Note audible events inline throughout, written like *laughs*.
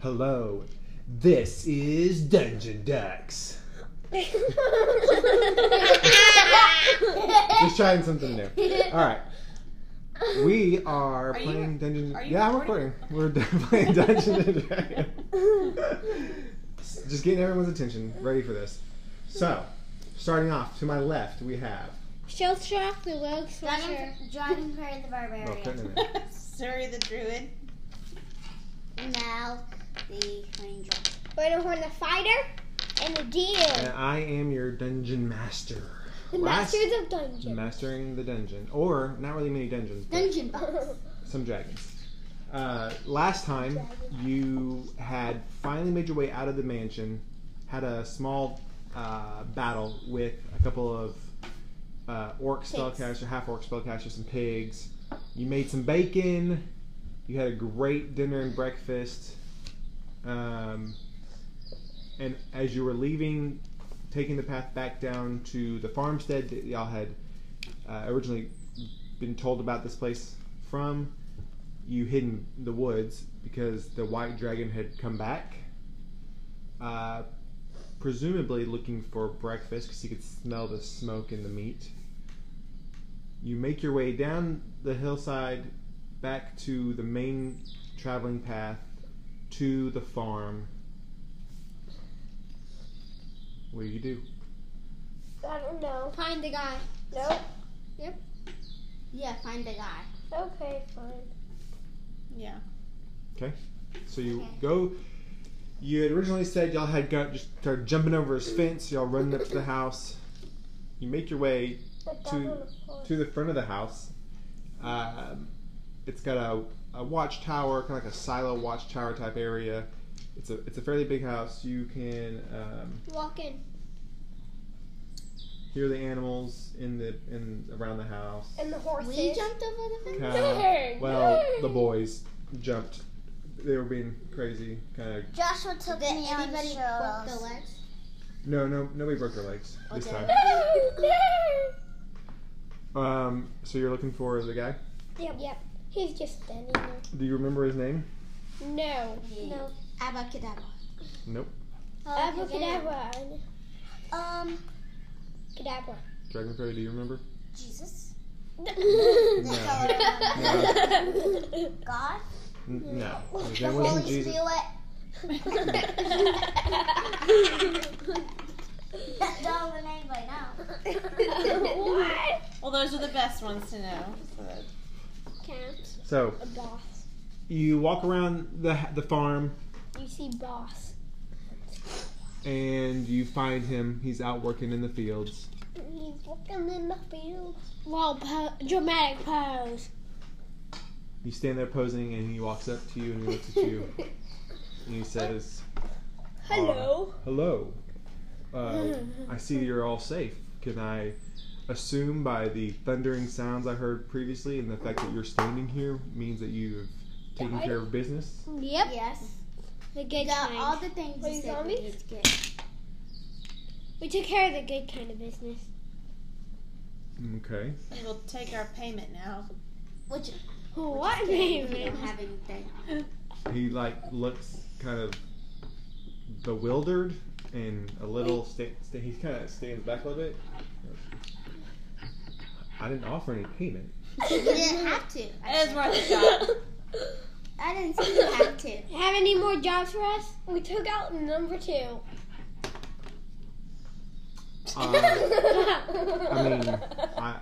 Hello, this is Dungeon Dex. Just trying something new. All right. We are, Are you- playing Dungeon. are you yeah, recording? I'm recording. We're *laughs* playing Dungeons and Dragons. Just getting everyone's attention, ready for this. So, starting off to my left, we have. Shell shock, the rogue sorcerer. Dragon, Dragon Fairy the Well, Barbarian. cut in Oh, a minute. *laughs* Sorry, the druid. Mal the Ranger. Horn the fighter, and the DM. And I am your dungeon master. The Last- masters of dungeons. Mastering the dungeon, or not really many dungeons, but *laughs* Dungeon Box. some dragons. Uh, last time you had finally made your way out of the mansion, had a small uh, battle with a couple of uh, orc spellcasters, half orc spellcasters, some pigs. You made some bacon. You had a great dinner and breakfast. Um, and as you were leaving, taking the path back down to the farmstead that y'all had uh, originally been told about this place from, you hid in the woods because the white dragon had come back, uh, presumably looking for breakfast because he could smell the smoke and the meat. You make your way down the hillside back to the main traveling path to the farm. What do you do? I don't know. Find the guy. Nope. Yeah, find the guy. Okay, fine. Yeah. So you Okay. go. You had originally said y'all had got just started jumping over his fence. Y'all running up to the house. You make your way To- Put down on the floor. to the front of the house. Um, it's got a, a watchtower, kind of like a silo watchtower type area. It's a it's a fairly big house. You can um, Walk in. hear the animals in the in around the house. And the horses. We jumped over the fence. Kinda- Uh, well, the *laughs* boys jumped. They were being crazy, kind of. Joshua took Did me on anybody shows. break the legs? No, no, nobody broke their legs this Okay. time. Um, so you're looking for the guy. Yep. Yep. He's just standing there. Do you remember his name? No. No. Abacadabra. Oh, Nope. Abracadabra. Um, Cadabra. Dragon Fairy, do you remember? Jesus. No. *laughs* God. N- no. *laughs* His The name wasn't Holy Jesus. *laughs* Spirit. *laughs* *laughs* That's all the name by now. what? Well, those are the best ones to know. so- Counts. So A boss. you walk around the the farm You see boss. and you find him. He's out working in the fields. He's walking in the field. Wow, po- dramatic pose. You stand there posing, and he walks up to you and he looks at you and he says, Hello. "Hello. Uh, I see *laughs* you're all safe. Can I assume by the thundering sounds I heard previously and the fact that you're standing here means that you've taken Died? care of business? *laughs* Yep. Yes. The good Got kind. all the things Were you you said we need to get. we took care of the good kind of business. Okay. We will take our payment now. Which What we name? don't have anything. He like looks kind of bewildered and a little. Sta- sta- he kind of stands back a little bit. I didn't offer any payment. You didn't have to. It is worth a *laughs* shot. I didn't say you had *laughs* to. Have any more jobs for us? We took out number two. Uh, I mean, I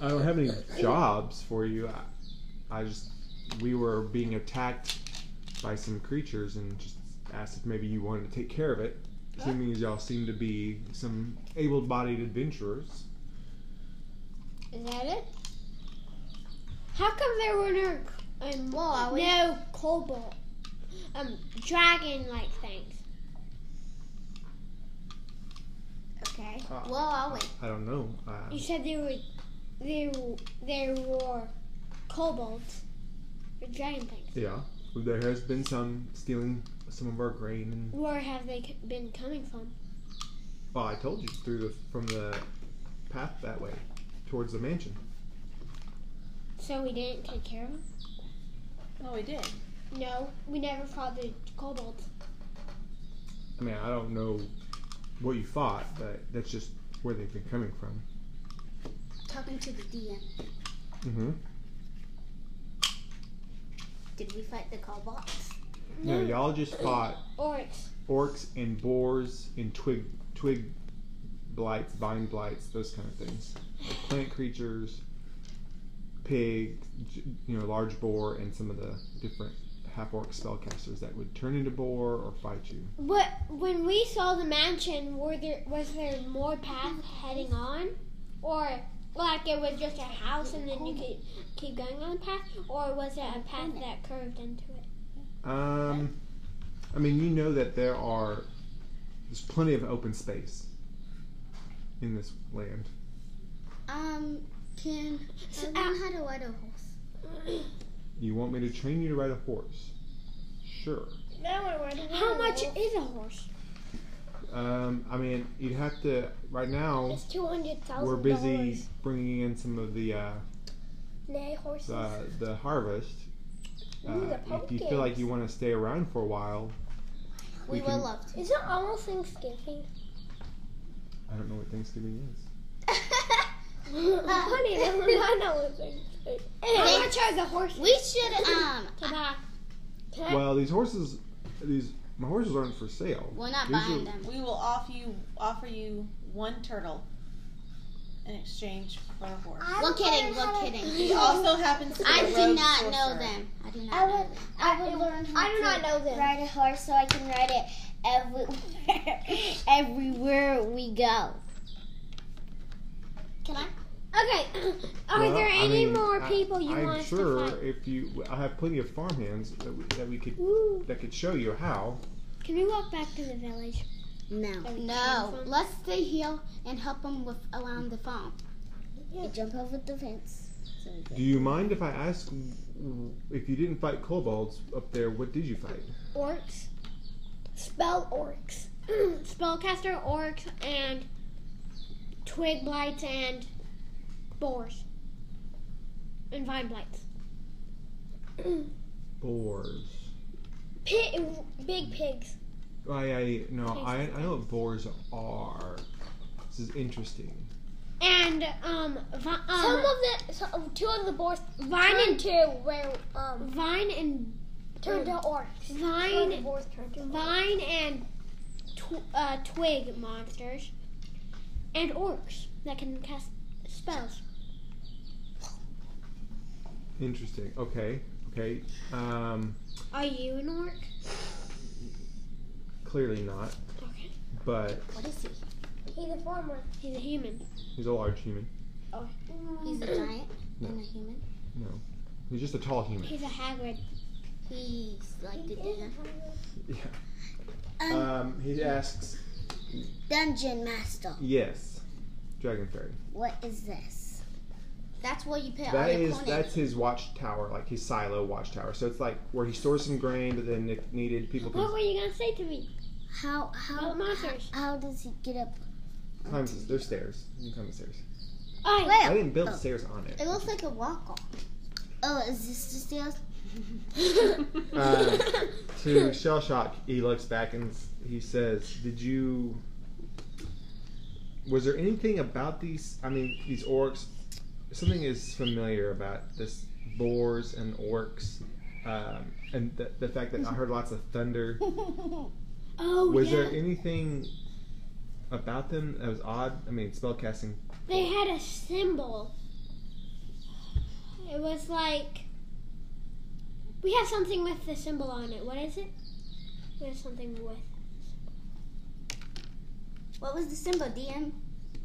I don't have any jobs for you. I, I just we were being attacked by some creatures and just asked if maybe you wanted to take care of it. Seeming as y'all seem to be some able-bodied adventurers. Is that it? How come there were no um, no cobalt um dragon like things? Okay. Uh, well, I'll wait. I don't know. Uh, You said there were there w- there were kobolds or dragon things. Yeah, there has been some stealing some of our grain, and Where have they c- been coming from? well, I told you through the from the path that way towards the mansion. So we didn't take care of them. Oh, we did. No, we never fought the kobold. I mean, I don't know what you fought, but that's just where they've been coming from. Talking to the DM. Mm-hmm. Did we fight the cobots? No, y'all just fought Orcs. orcs and boars and twig twig blights, vine blights, those kind of things. Like plant creatures, pig, j- you know, large boar, and some of the different half orc spellcasters that would turn into boar or fight you. What when we saw the mansion, were there was there more path heading on, or like it was just a house and then you could keep going on the path, or was it a path that curved into it? Um, I mean, you know that there are there's plenty of open space in this land. Um, can So, uh, I learn how to ride a horse? You want me to train you to ride a horse? Sure. *clears throat* How much is a horse? Um, I mean, you'd have to. Right now, It's two hundred thousand. we're busy bringing in some of the uh, Nay, horses. the, the harvest. Uh, Ooh, the if you feel like pumpkins. you want to stay around for a while, We, We will can- love to. *laughs* is it almost *laughs* Thanksgiving? I don't know what Thanksgiving is. Uh, Honey, I know it's Thanksgiving. How much are the horses? we should um. Can I- can I- Well, these horses, these my horses aren't for sale. We're not These are- buying them. We will offer you offer you one turtle in exchange for a horse. We're kidding. We're kidding. He also happens to be I a do rogue not know sorcerer. them. I do not. I know would- them. I would learn how I do to not know them. ride a horse so I can ride it everywhere, *laughs* everywhere we go. Can I? Okay. *clears throat* Are Well, there I any mean, more I- people you I'm want us sure to fight? if you, I have plenty of farmhands that we, that we could Ooh. that could show you how. Can we walk back to the village? No. Are we No. kidding? Let's stay here and help them with around the farm. You jump over the fence. So we Do go. you mind if I ask if you didn't fight kobolds up there? What did you fight? Orcs. Spell orcs. *clears throat* Spellcaster orcs and twig blights and boars and vine blights. *clears throat* Boars. Oh, Pig, big pigs. I, I no, I, I know what boars are. This is interesting. And um, vi- um Some of the so, um, two of the boys vine turned and to where um vine and turned to orcs. One of the vine boys turned to orcs. vine and tw- uh, twig monsters and orcs that can cast spells. Interesting. Okay. Okay. Um, Are you an orc? clearly not, Okay. but What is he? He's a farmer. He's a human. he's a large human. Mm. He's a Mm-hmm. giant and a human. He's just a tall human. He's a Hagrid. He's like the DM. Yeah. Um, Um, he asks. Dungeon master. Yes. Dragon fairy. What is this? That's where you put all That your is corners. that's his watchtower, like his silo watchtower. So it's like where he stores some grain, but then if needed, people What can were you gonna say to me How about how monsters? how does he get up? climb. the- There's stairs. You can climb the stairs. I I Well, didn't build Oh. stairs on it. It looks like a walk-off. oh, is this the stairs? Uh, to shell shock, he looks back and s- he says, "Did you? Was there anything about these? I mean, these orcs. Something is familiar about this boars and orcs, um, and the, the fact that I heard lots of thunder. oh Was yeah. there anything about them that was odd? I mean, spellcasting. They had a symbol. It was like we have something with the symbol on it. What is it? We have something with. *laughs* What was the symbol, DM?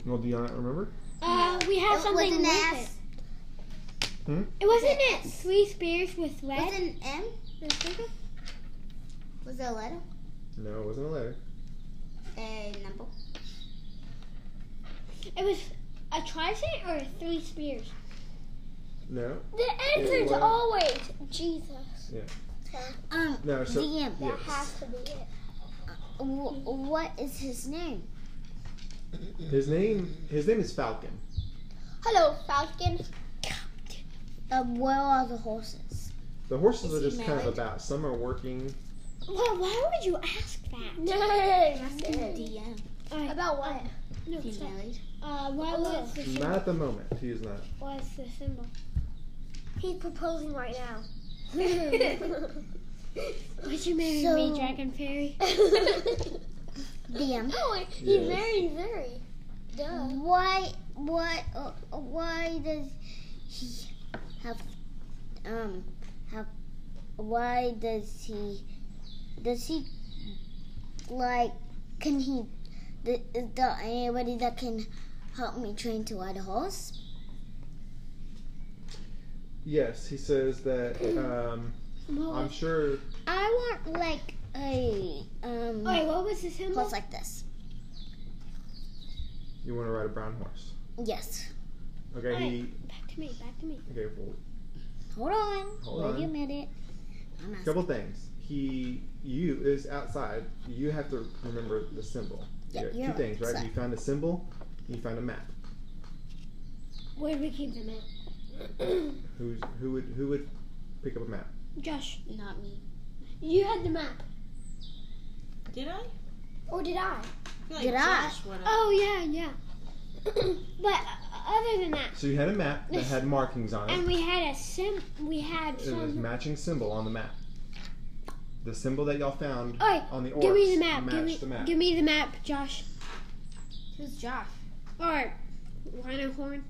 Well, do you not remember? Uh, we have It something was an with S. it. Hmm? It wasn't it three spears with red. Was it an M? and circle? Was it a letter? No, it wasn't a letter. A number? It was a tricep or three spears. No. The answer's answer's Yeah. always Jesus. Um, No, so- DM. Yes. Has to be it. W- what is his name? His name. His name is Falcon. Hello, Falcon. Um, where are the horses? The horses Is are he just kind of married? about. Some are working. Well, why would you ask that? DM. About what? No, He's stop. married. Uh, why was the symbol? Not at the moment. He is not. What's the symbol? He's proposing right now. *laughs* Would you marry So- me, Dragon Fairy? DM. Oh, he he Yeah. married Very. Duh. Why? What? Uh, why does he have? Um, have? Why does he? Does he like? Can he? th- Is there anybody that can help me train to ride a horse? Yes, he says that. Um, I'm sure. I want like a um Wait, what was the symbol? horse like this. You want to ride a brown horse. Yes. Okay, he. Back to me, back to me. Okay, well, Hold on. Hold Wait a on. minute. I'm asking. couple things. He, you is outside. You have to remember the symbol. Yeah, You got you're two things, right? outside. You found a symbol. You found a map. Where do we keep the map? *clears throat* Who's who would who would pick up a map? Josh, Not me. you had the map, Did I? or did I? I feel like Did I? Josh would have. Oh yeah, yeah. *clears throat* but uh, other than that, So you had a map that had markings on it. and we had a sim. We had It was some. matching symbol on the map. The symbol that y'all found All right, on the orcs give me the map. Give matched me, the map. give me the map, Josh. Who's Josh? Or rhino horn.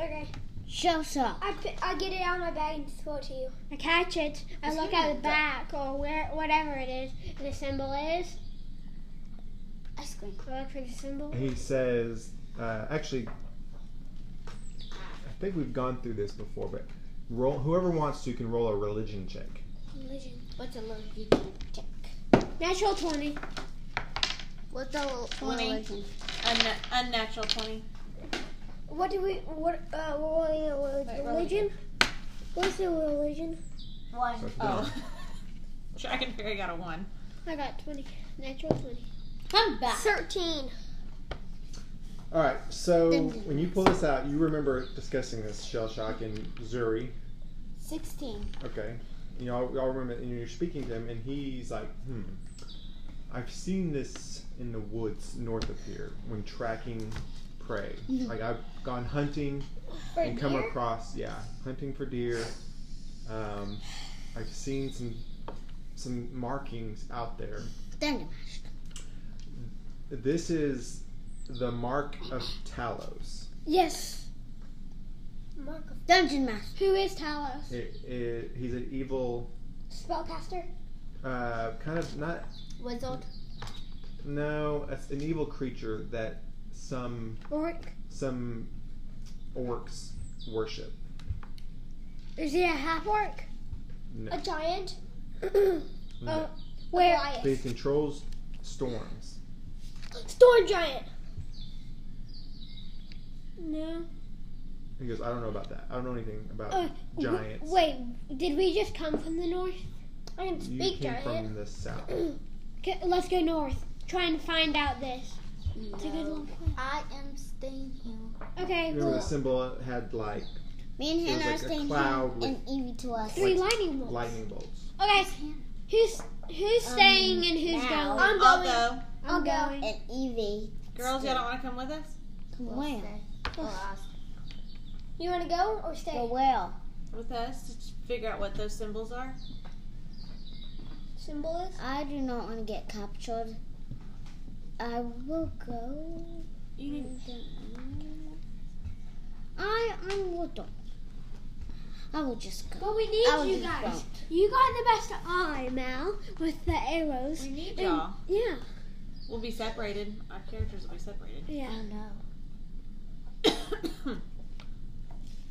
Okay. Show stop. I, pi- I get it out of my bag and throw it to you. I catch it. I It's look not at the that- back or where, whatever it is. The symbol is. I scream. I look for the symbol. He says, uh, actually, I think we've gone through this before, but roll. Whoever wants to can roll a religion check. What's a little YouTube check? Natural twenty. What's a Twenty. Unna- unnatural 20. What do we? What? Uh, what was the religion? Wait, religion. What's the religion? One. So Oh. *laughs* Dragon Fairy got a 1. I got twenty. Natural twenty. I'm back. Thirteen. All right. So Then- when you pull this out, you remember discussing this shell shock in Zuri. Sixteen. Okay. You know, y'all remember, and you're speaking to him, and he's like, hmm. I've seen this in the woods north of here when tracking prey. Like, I've gone hunting and come across, yeah, hunting for deer. Um, I've seen some some markings out there. Then This is the mark of Talos. Yes. Marco. Dungeon Master. Who is Talos? It, it, he's an evil, Spellcaster. uh, kind of not Wizard. No, it's an evil creature that some Or some orcs worship. is he a half orc? No, A giant. *clears throat* no. uh, Where? But he controls storms. Storm giant. No. He goes, I don't know about that. I don't know anything about Uh, giants. Wait, did we just come from the north? I can you speak came giant. from the south. Uh, *clears throat* Okay, let's go north. Try and find out this. It's a good long plan. I am staying here. Okay, Remember the well, symbol had like Me and It was Hannah like are a staying cloud here, and Evie to us. three lightning bolts. lightning bolts. Okay, who's who's staying and who's now. going? I'm I'll going. go. I'm going. And Evie. Girls, y'all don't want to come with us? Come where? You want to go or stay? Go where? With us to just figure out what those symbols are? Symbol is. I do not want to get captured. I will go. You need I I will not. I will just go. But we I will need you just guys. go. You got the best eye, Mal, with the arrows. We need And- y'all. Yeah, We'll be separated. Our characters will be separated. *coughs* yeah. I know.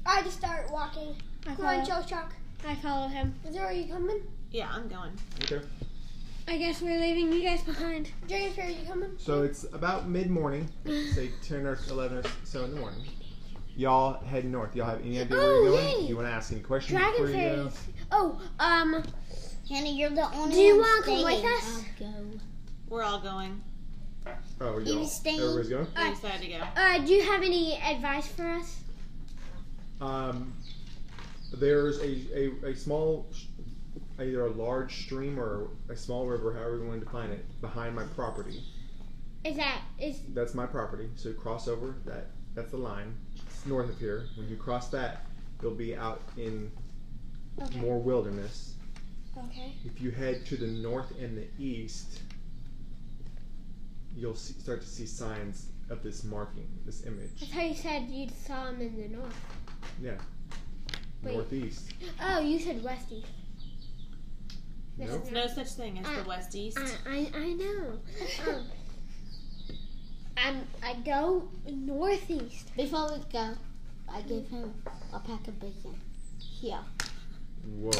I just start walking. I Come on, follow, Joe Chalk. I follow him. Is there? Are you coming? yeah, I'm going. Okay. I guess we're leaving you guys behind. Dragon Fair, are you coming? So it's about mid *laughs* morning, say ten or eleven or so in the morning. Y'all head north. Y'all have any idea where you're Oh, going? yay. You want to ask any questions Dragon before you go? fairies. Oh, um, Hannah, you're the only Do you one wanna come with staying. us? I'll go. We're all going. Oh, You y'all. staying. Everybody's going. We Alright. decided to go. uh, do you have any advice for us? Um, there's a, a, a small, sh- either a large stream or a small river, however you want to define it, behind my property. Is that is That's my property. So you cross over that. That's the line. It's north of here. When you cross that, you'll be out in Okay. more wilderness. okay? If you head to the north and the east, you'll see, start to see signs of this marking, this image. That's how you said you saw him in the north. Yeah. Wait. Northeast. Oh, you said west east. This Nope. is There's not- no such thing as the West East. I, Uh, I, I know. *laughs* Um, I'm I go northeast. *laughs* Before we go, I gave him a pack of bacon. Here. Whoa.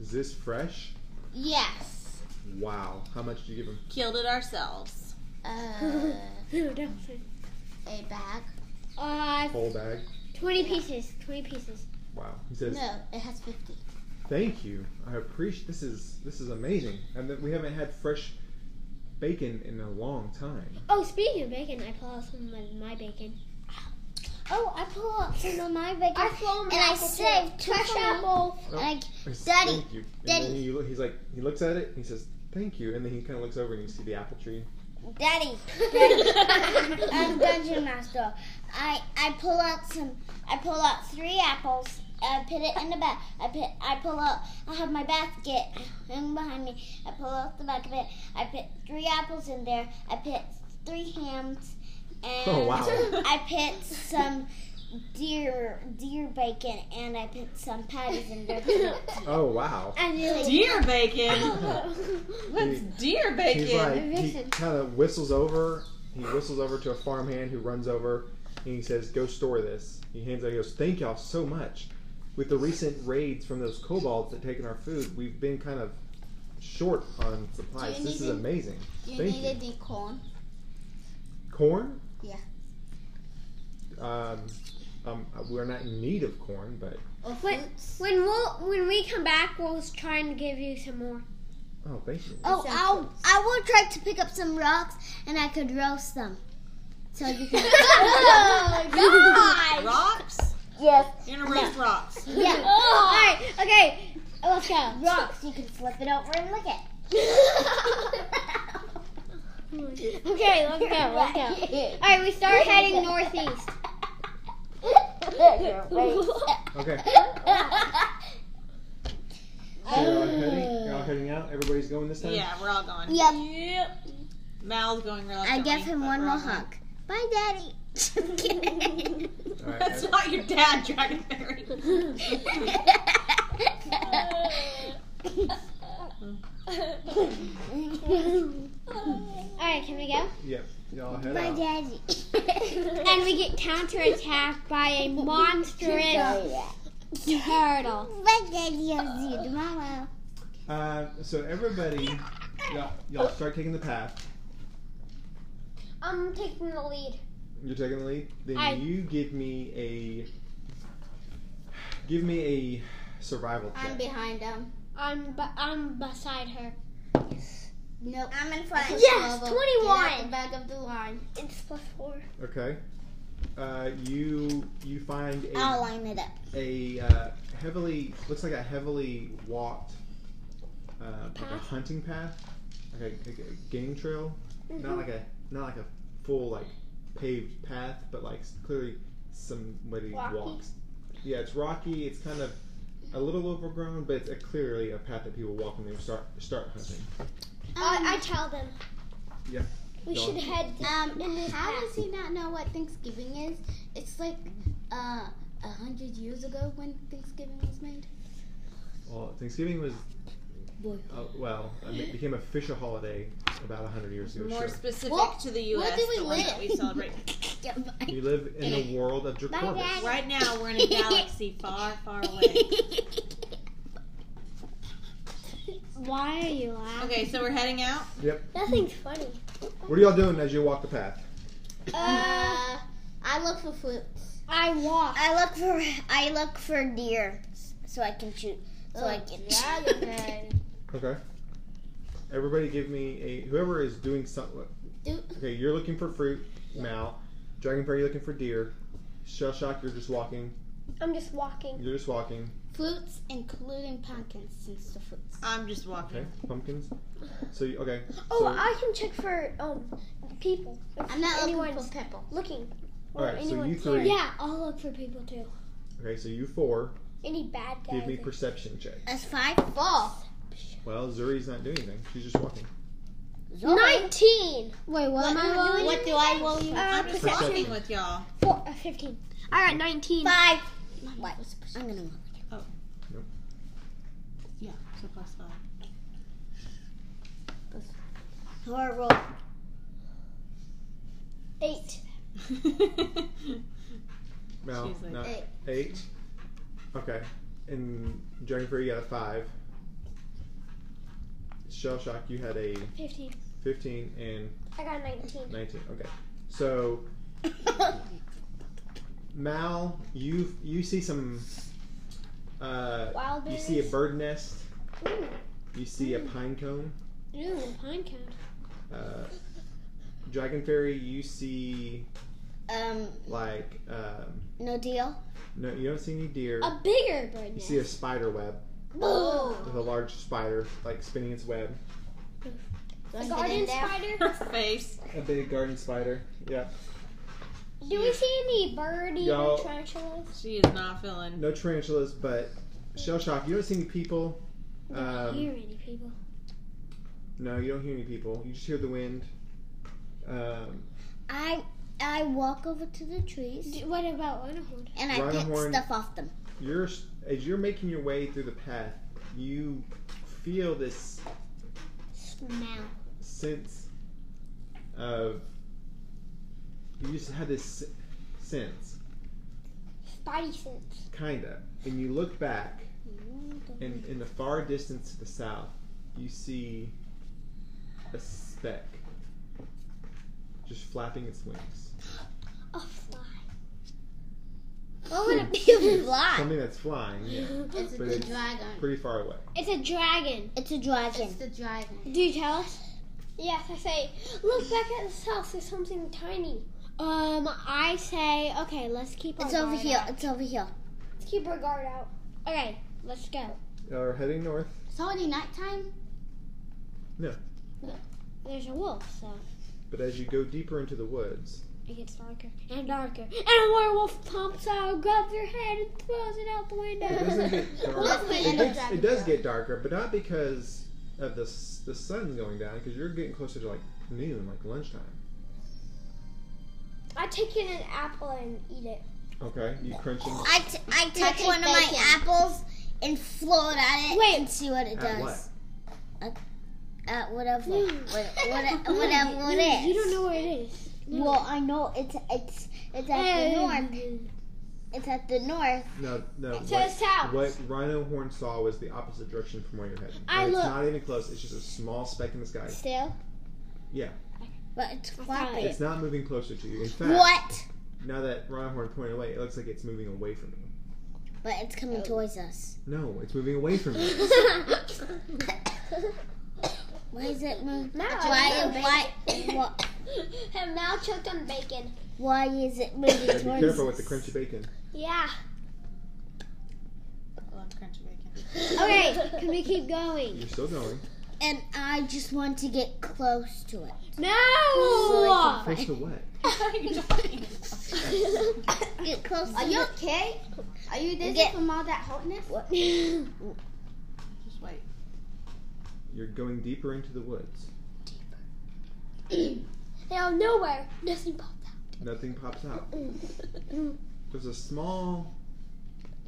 Is this fresh? Yes. Wow. How much did you give him? Killed it ourselves. *laughs* Uh, No, Dolphin. a bag. Uh, Whole bag? twenty pieces. Twenty pieces. Wow. He says, No, it has fifty. "Thank you. I appreciate this is this is amazing. And that we haven't had fresh bacon in a long time." Oh, speaking of bacon, I pull out some of my bacon. Oh, I pull up some of my bacon. I *laughs* pull and I saved two fresh for *laughs* me. apple. And I I said, Daddy, Thank you. And then Daddy. he, lo- he's like he looks at it and he says, "Thank you." And then he kind of looks over and you see the apple tree. Daddy, I'm I'm Dungeon Dungeon Master. I I pull out some. I pull out three apples. I put it in the bag. I put. I pull out. I have my basket hanging behind me. I pull out the back of it. I put three apples in there. I put three hams. And Oh, wow. I put some deer deer bacon and I put some patties in there. too. Oh wow. I really. Deer bacon. *laughs* *laughs* What's He- deer He's bacon? like he kind of whistles over. He whistles over to a farmhand who runs over and he says, "Go store this." He hands it. He goes, "Thank y'all so much." With the recent raids from those kobolds that taken our food, we've been kind of short on supplies. you This need is any- amazing. you Thank need you. any corn? Corn? Yeah. Um, um, we're not in need of corn, but Or What- fruits? *laughs* When we'll when we come back, we'll s- try and give you some more. oh, thank you. Oh, I'll, I will try to pick up some rocks and I could roast them. So you *laughs* can. Oh God! Rocks? yes. You're gonna roast rocks. *laughs* Yeah. All right. Okay. Let's go. Rocks. You can flip it over and look at. *laughs* Okay, let's go. Let's go. go. All right, we start heading *laughs* northeast. Okay. yeah, So y'all Oh. are heading, y'all are heading out. Everybody's going this time. Yeah, we're all gone. Yep. Yep. Mal's going I reluctantly. gave him but one we're all more gone. hug. Bye, Daddy. *laughs* All right. *laughs* That's not your dad, *laughs* Dragonberry. All right, can we go? Yep. Y'all head Bye, out. Daddy. And we get counterattacked by a monstrous turtle. Bye, Oh, Daddy. I'll see you tomorrow. Uh, so everybody, y'all, y'all start taking the path. I'm taking the lead. You're taking the lead. Then I- you give me a give me a survival check. behind him. I'm b I'm beside her. Nope. I'm in front. Yes, 21. back of the line. It's plus four. okay. Uh, you you find a I'll line it up. a uh, heavily looks like a heavily walked uh, like a Path? hunting path, like a, like a game trail. Not like a not like a full like paved path, but like s- clearly somebody Rocky? walks. Yeah, it's rocky. It's kind of a little overgrown, but it's a, clearly a path that people walk when they start start hunting. I, I tell them Yeah. we Go should on. head. Um, In this how pack. does he not know what Thanksgiving is? It's like uh, a hundred years ago when Thanksgiving was made. Well, Thanksgiving was. Boy. Uh, well, I mean, it became a official holiday about hundred years ago. More sure. specific Well, to the U.S. where do we the one that live? we celebrate. *laughs* Yeah, We live in the world of Draconis. Right now, we're in a galaxy far, far *laughs* away. Why are you laughing? Okay, so we're heading out. Nothing's funny. What are y'all doing as you walk the path? Uh, I look for fruits. I walk. I look for I look for deer s- so I can shoot. So Oh, I can Okay. Everybody give me a whoever is doing something. Do- Okay, you're looking for fruit, Mal. Dragon Fairy, you're looking for deer. Shell Shock, you're just walking. I'm just walking. You're just walking. Fruits, including pumpkins, since the fruits. I'm just walking. Okay, pumpkins. So you, okay. Oh, so, I can check for um people. If I'm not looking anyone's for people. looking. all right. So anyone you can. three. Yeah, I'll look for people too. Okay, so you four. Any bad guys? Give me perception check. That's five. Four. Well, Zuri's not doing anything. She's just walking. Nineteen. Wait, what, am I rolling? What do I roll you? Uh, Just Perception. walking with y'all. Four, uh, Fifteen. All right, nineteen. Five. What? I'm gonna. Yeah, so plus five. So I roll. Eight. No, She's like- not Eight. eight. Okay. And Dragonfruit, you got a five. Shell Shock, you had a Fifteen. 15 and I got nineteen. 19. Okay. So, Mal, you you see some. Uh, Wild you berries. see a bird nest. Ooh. You see a pine cone. Ooh, pine cone. Uh, Dragon Fairy, you see um, like um, no deal. no, you don't see any deer. A bigger bird You nest. see a spider web Boom. with a large spider like spinning its web. A garden spider. *laughs* Her face. A big garden spider. Yeah. Do we see any birdie Y'all- or tarantulas? She is not feeling. No tarantulas, but shell shock. You don't see any people. Don't Um, hear any people. no, you don't hear any people. You just hear the wind. Um, I I walk over to the trees D- What about Rhinohorn? and I Rhino pick horn. stuff off them. you're as you're making your way through the path. You feel this Smell. sense of. You just have this sense, Spidey sense. kinda, and you look back, and in the far distance to the south, you see a speck just flapping its wings. A fly. What would it *laughs* be? a fly. Something that's flying, yeah, Ah. *laughs* It's But the it's- dragon. pretty far away. It's a dragon. It's a It's dragon. the dragon. Do you tell us? Yes, I say. Look back at this house. There's something tiny. Um, I say, okay, let's keep our It's over guard here. out. It's over here. Let's keep our guard out. Okay, let's go. Or heading north. It's already nighttime. There's a wolf, so But as you go deeper into the woods, it gets darker and darker. And a werewolf pops out, grabs your head, and throws it out the it doesn't *laughs* window. *laughs* get dark. That's the It, end of gets, it Dragon does Ball. get darker, but not because of the s- the sun going down. Because you're getting closer to like noon, like lunchtime. I take in an apple and eat it. Okay, you crunching I, t- I take is one of my bacon. apples and throw it at it Wait. and see what it at does. what? At whatever. Mm. What, what, whatever *laughs* you, it is. you don't know where it is. Well, I know it's it's it's at the north. It's at the north. No, no. To the what, south. what Rhino Horn saw was the opposite direction from where you're heading. I And it's look- not even close. It's just a small speck in the sky. Still. Yeah. But it's I flopping. It's not moving closer to you. In fact, What? now that Rhino Horn pointed away, it looks like it's moving away from you. But it's coming towards us. No, it's moving away from *gasps* you. Why is it moving? Now Why? I'm Why? Why, *laughs* Have now choked on bacon. why is it moving Yeah, towards be careful with the us? crunchy bacon. Yeah. I love crunchy *laughs* bacon. Okay, can we keep going? You're still going. And I just want to get close to it. *laughs* No! Close to what? Get close. Are to you it. okay? Are you dizzy Get- from all that hotness? *laughs* Just wait. You're going deeper into the woods. Out of nowhere, nothing popped Nothing pops out. There's a small.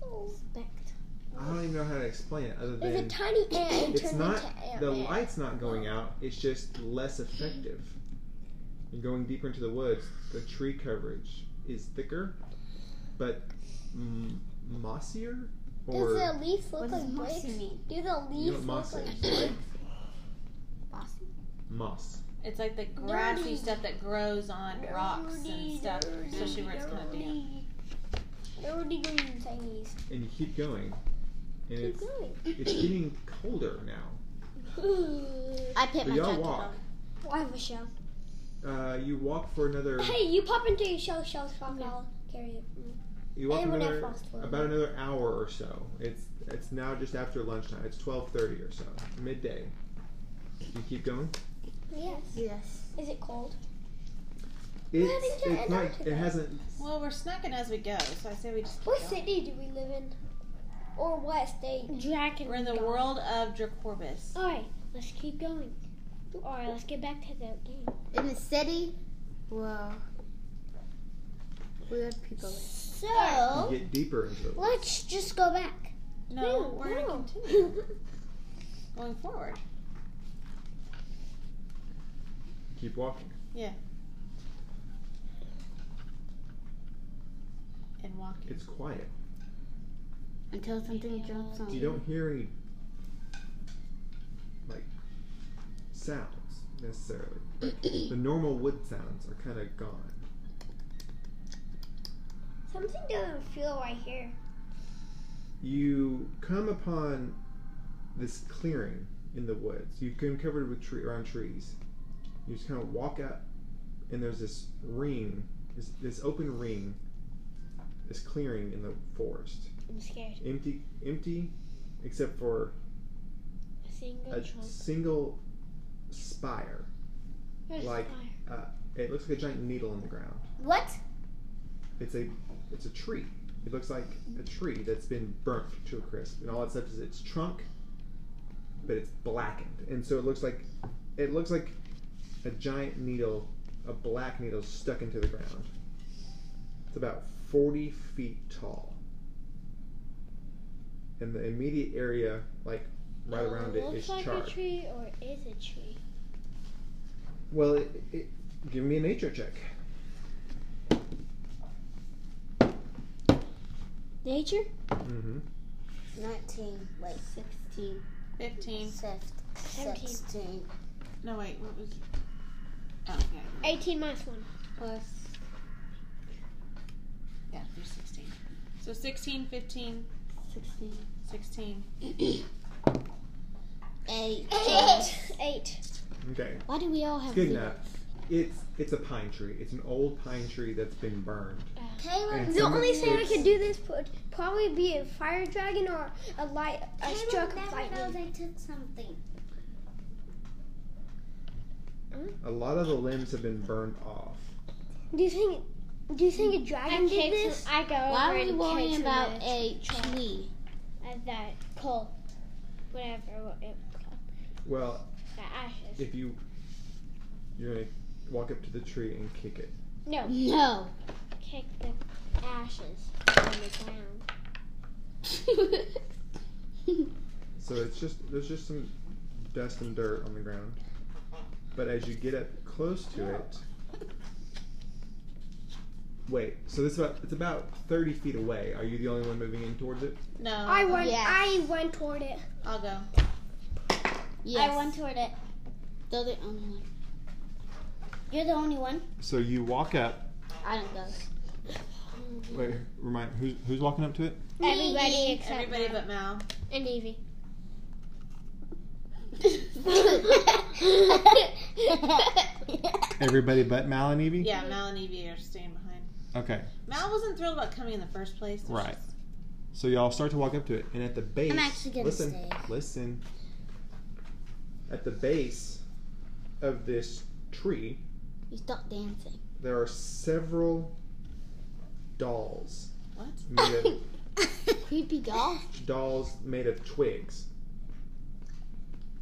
I don't even know how to explain it other There's a than tiny ant and it's turned not into ant. the man. light's not going out. It's just less effective. You're going deeper into the woods. The tree coverage is thicker, but m- mossier. Or Does the leaf What look does like mossy bricks? mean? Do the you know leaves what look moss like is? right? Bossy? Moss. It's like the grassy stuff that grows on rocks and stuff, especially where it's kind of damp. dirty green thingies? And you keep going, Keep and it's going. it's getting colder now. *laughs* I pick But my y'all jacket walk. up. I have a shell. Uh, you walk for another. Hey, you pop into your shell, shell, shell. I'll carry it. You walk And when I another, fast forward. about another hour or so. It's it's now just after lunchtime. It's twelve thirty or so, midday. You keep going. Yes. Yes. Is it cold? It's, haven't yet it's not. entered It it. hasn't. Well, we're snacking as we go, so I say we just keep What going. city do we live in? Or what state? Dragon. We're in the world of Dracorbis. Alright, let's keep going. Alright, let's get back to the game. In the city. Wow. Weird people. Oh. So You get deeper into it. let's just go back. No, Ew, we're no. gonna continue *laughs* going forward. Keep walking. And walking. It's quiet. Until something drops on You you. don't hear any like sounds necessarily. the normal wood sounds are kind of gone. Something doesn't feel right here. You come upon this clearing in the woods. You've been covered with tree around trees. You just kind of walk up, and there's this ring, this, this open ring, this clearing in the forest. I'm scared. Empty, empty, except for A single a trunk. single spire. There's a like- fire. It looks like a giant needle in the ground. What? It's a it's a tree. It looks like a tree that's been burnt to a crisp, and all that's left is its trunk, but it's blackened, and so it looks like it looks like a giant needle, a black needle stuck into the ground. It's about forty feet tall, and the immediate area, like right Oh, around it, is Looks like charred. a tree or is a tree. Well, it, it, give me a nature check. Nature? Mm-hmm. 19. Wait. 16. 15. six- Seventeen. 16. No, wait, what was. Oh, yeah. 18 minus 1. Plus. Yeah, there's 16. So 16, 15, 16. 16. 8. *coughs* 8. Okay. Why do we all have Good enough. It's it's a pine tree. It's an old pine tree that's been burned. Caleb. And The some- only thing I it's- could do this would probably be a fire dragon or a light, a Caleb stroke of never knows lightning. I took something. A lot of the limbs have been burned off. Do you think? Do you think a dragon did this? I go Why over are we and worrying catch about the a trunk tree? of that coal, whatever it, Well, the ashes. if you you're gonna walk up to the tree and kick it. No, *laughs* No. kick the ashes on the ground. So it's just there's just some dust and dirt on the ground. But as you get up close to it, wait. So this is about it's about thirty feet away. Are you the only one moving in towards it? No. I went. Uh, Yeah. I went toward it. I'll go. yes. I went toward it. Though the only one. You're the only one. So you walk up. I don't go. Wait, remind who's who's walking up to it? Everybody except Everybody but Mal. *laughs* and Evie. Everybody but Mal and Evie. Yeah, Mal and Evie are staying behind. Okay. Mal wasn't thrilled about coming in the first place. so Right. she's- So y'all start to walk up to it, and at the base, I'm actually gonna listen, stay. listen. At the base of this tree, You stop dancing. there are several dolls. What? Made of, *laughs* Creepy doll. dolls made of twigs,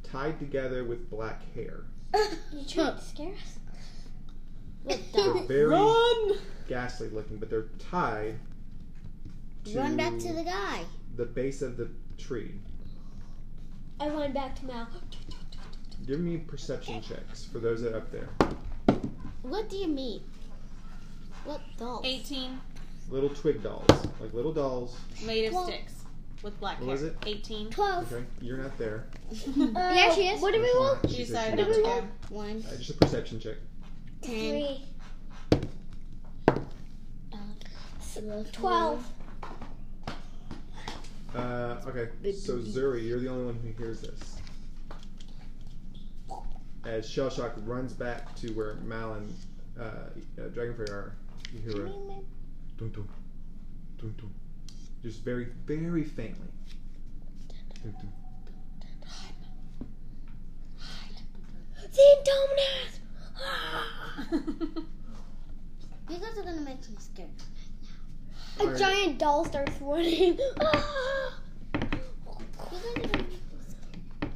tied together with black hair. You trying to scare us? With They're *laughs* doll. very Run! ghastly looking, but they're tied to, Run back to the guy. the base of the tree. I went back to Mal. Give me perception checks for those that are up there. What do you mean? What doll? 18. Little twig dolls, like little dolls. Made of Well- sticks. With black What hair. was it? 18. 12. *laughs* Okay, you're not there. Uh, yeah, she is. What do we roll? She decided not to go. 1. Uh, just a perception check. 10. Three. Twelve. Uh, okay, so Zuri, you're the only one who hears this. As Shell Shock runs back to where Mal and uh, uh, Dragonfire are, you hear a dun dun, Dun, dun. Just very, very faintly. Dun, dun. Ah! You guys are gonna make me scared. All right. A giant doll starts *laughs* running. You guys are gonna make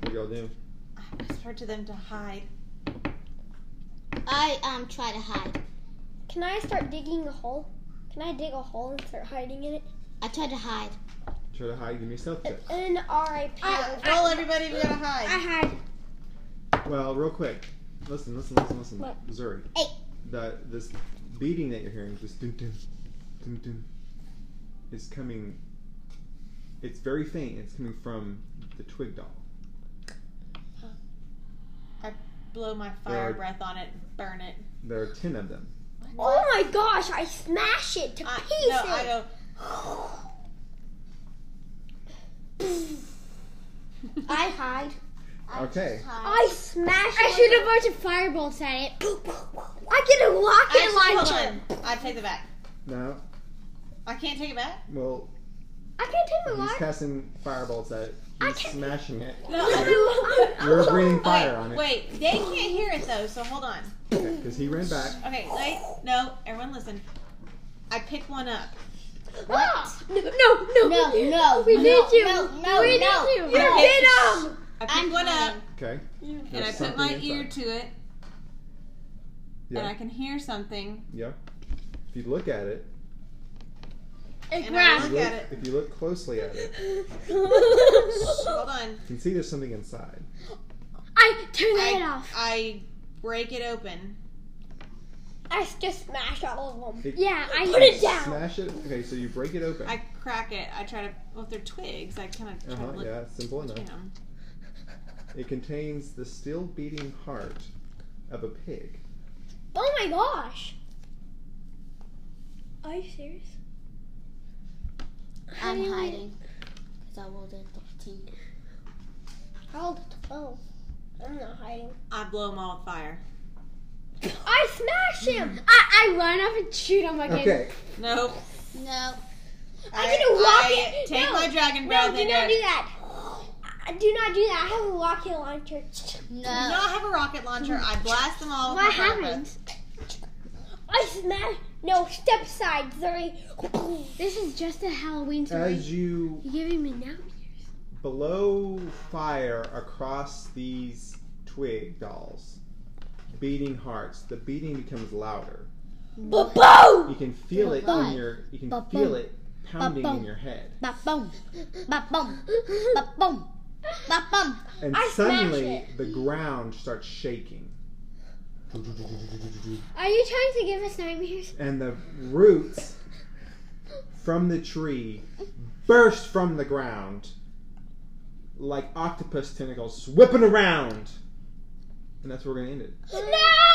What y'all do? *laughs* I whispered to them to hide. I um try to hide. Can I start digging a hole? Can I dig a hole and start hiding in it? I try to hide. Try to hide. Give me a stealth check. An R.I.P. I, roll everybody to I hide. hide. Well, real quick. Listen, listen, listen, listen. What? Zuri. Hey. The this beating that you're hearing, this dun dun dun dun, is coming. It's very faint. It's coming from the twig doll. Blow my fire Yeah. breath on it, and burn it. There are ten of them. Oh my gosh! I smash it to I, pieces. no, I go. I hide. Okay. I smash. I should have brought a fireball at it. I get a rocket Actually, hold on. I take it back. Now, I can't take it *laughs* back. well, I can take my he's life. casting fireballs at it. He's smashing it. No. *laughs* You're breathing fire on it. Oh, Wait, they can't hear it though, so hold on. Because he ran back. Okay, wait. No, everyone listen. I pick one up. No, no, No, we- no, we no, did you. no, no, we no, did you. no. You did I 'em. pick I'm one up hiding. Okay. and I There's put my something ear inside. to it and I Yeah. can hear something. Yeah. If you look at it, And I look look- at it. if you look closely at it, Hold on. you can see there's something inside. *laughs* I turn that I, off. I break it open. I just smash all of them. It- Yeah, I put it down. Smash it. Okay, so you break it open. I crack it. I try to. Well, if they're twigs, I kind of try Uh-huh, to look yeah, simple enough. between them. It contains the still beating heart of a pig. Oh my gosh. Are you serious? I'm *laughs* hiding. Cause I rolled a 13. I rolled a 12. I'm not *laughs* hiding. I blow them all with fire. I smash him! I, I run up and shoot him again. Okay. Nope. No. I get a rocket. I take No. my dragon No, breath do and not go, do that. I- do not do that. I have a rocket launcher. do No. not have a rocket launcher. I blast them all with *laughs* What my fire breath. happens? I smash. No, step aside, Zuri. This is just a Halloween story. As you You're giving me now? blow fire across these twig dolls, beating hearts, the beating becomes louder. Boom! You can feel it in your you can feel it pounding in your head. Ba boom. Ba boom. Ba boom. Ba boom. And I smash suddenly it. the ground starts shaking. *laughs* Are you trying to give us nightmares? and the roots from the tree burst from the ground like octopus tentacles whipping around. And that's where we're going to end it. No!